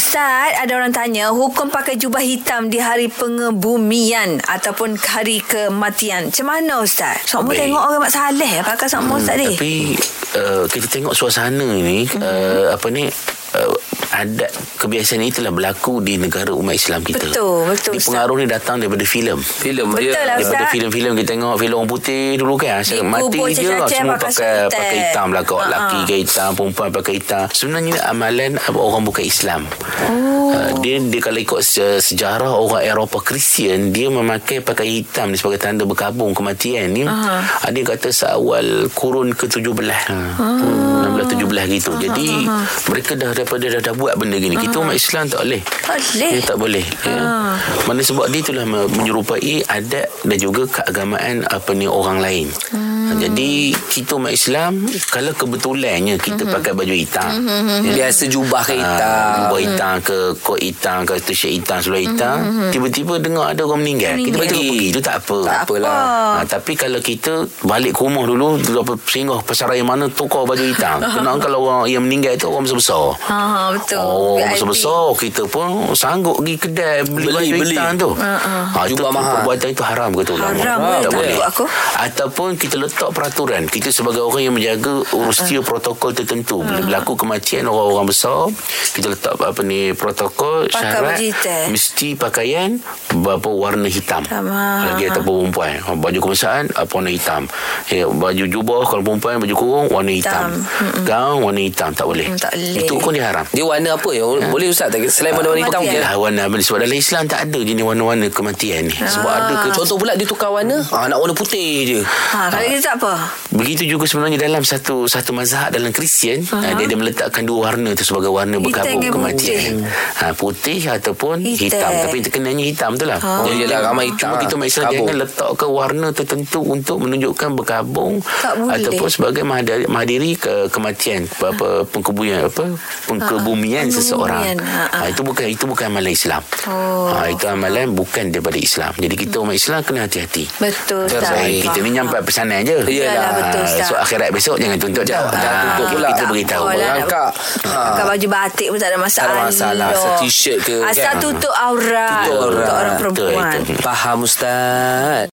Ustaz, ada orang tanya hukum pakai jubah hitam di hari pengebumian ataupun hari kematian. Macam mana Ustaz? Sokmu Baik. Hmm, tengok orang Mak Saleh pakai sokmu Ustaz ni. Tapi uh, kita tengok suasana ni hmm. uh, apa ni uh, adat kebiasaan ini telah berlaku di negara umat Islam kita. Betul, betul, Ni Ustaz. pengaruh ni datang daripada filem. Filem Betul dia. lah, Daripada Ustaz. filem-filem kita tengok filem orang putih dulu kan Di asyik mati kubur je cacah-cacah semua pakai pakai suitan. pakai hitam lah kau Ha-ha. laki ke hitam perempuan pakai hitam sebenarnya amalan orang bukan Islam oh. uh, dia, dia kalau ikut se- sejarah orang Eropah Kristian dia memakai pakai hitam ni sebagai tanda berkabung kematian ni uh-huh. ada yang kata seawal kurun Ha. ke-17 Ah. uh-huh. 16-17 gitu uh-huh. jadi mereka dah daripada dah, dah buat benda gini kita umat Islam tak boleh Boleh. dia tak boleh. Ya. Mana sebab dia itulah me- menyerupai adat dan juga keagamaan apa ni orang lain. Hmm. Jadi kita umat Islam kalau kebetulannya kita hmm. pakai baju hitam. Hmm. Biasa jubah ke hitam. Buat hitam ke Kot hitam ke T-shirt hitam Seluar hitam Tiba-tiba dengar ada orang Hmm. meninggal Kita Meninggal. bagi Itu tak apa Tak apalah. ha, Tapi kalau kita Balik ke rumah dulu dulu apa, Singgah pasar raya mana Tukar baju hitam Kenapa kalau orang yang meninggal itu Orang besar-besar Ha, ha betul. Oh, VIP. besar-besar kita pun sanggup pergi kedai beli, Beli, beli baju beli. hitam tu. uh. Ha, itu Jubah tu mahal. perbuatan itu haram kata ulama. Haram, eh, tak tak boleh. tahu aku. Ataupun kita letak peraturan. Kita sebagai orang yang menjaga Ha. usia protokol tertentu. Bila berlaku kematian orang-orang besar, kita letak apa ni protokol Pakai syarat baju hitam. mesti pakaian berapa warna hitam. Hitam, ha. Lagi ataupun perempuan. Ha, Baju kebangsaan apa warna hitam. Ya, baju jubah kalau perempuan baju kurung warna hitam. Gaun warna hitam tak boleh. Hmm, tak boleh. Itu hukum dia haram. Dia warna apa yang boleh ustaz tak? Selain warna-warna hitam Kematian. mungkin. Yelah warna abang Sebab dalam Islam tak ada jenis warna-warna kematian ni Sebab Ah. ada ke Contoh pula dia tukar warna. Ah nak warna putih je. Ha, kalau kita tak apa. Begitu juga sebenarnya dalam satu satu mazhab dalam Kristian uh-huh. Dia ada meletakkan dua warna tu sebagai warna berkabung dengan kematian putih. Ha, putih ataupun Hitam. Ah. hitam, hitam. Tapi kenanya hitam tu lah Oh, yelah, ramai Cuma hitam lah. kita umat Islam Kabung. jangan letakkan warna tertentu Untuk menunjukkan berkabung Tak boleh. Ataupun sebagai mahadiri, mahadiri ke, kematian apa, Pengkebumian apa Pengkebumian Ha, seseorang pengkebumian. Ha, ha. ha, Itu bukan itu bukan amalan Islam Oh. ha, Itu amalan bukan daripada Islam Jadi kita umat Islam kena hati-hati Betul Ustaz. Baik, kita ni nyampai pesanan je. Ah, Iyalah, betul, Ustaz. So akhirat besok jangan tuntut dah. Jangan tuntut pula. Kita beritahu. Oh, lah, nak- Angkat. Ah, Pakai baju batik pun tak ada masalah. Tak ada masalah. Asal t-shirt ke, Asal kan? tutup aurat. Tutup Untuk aurat. orang Betul, perempuan. itu. Faham ustaz.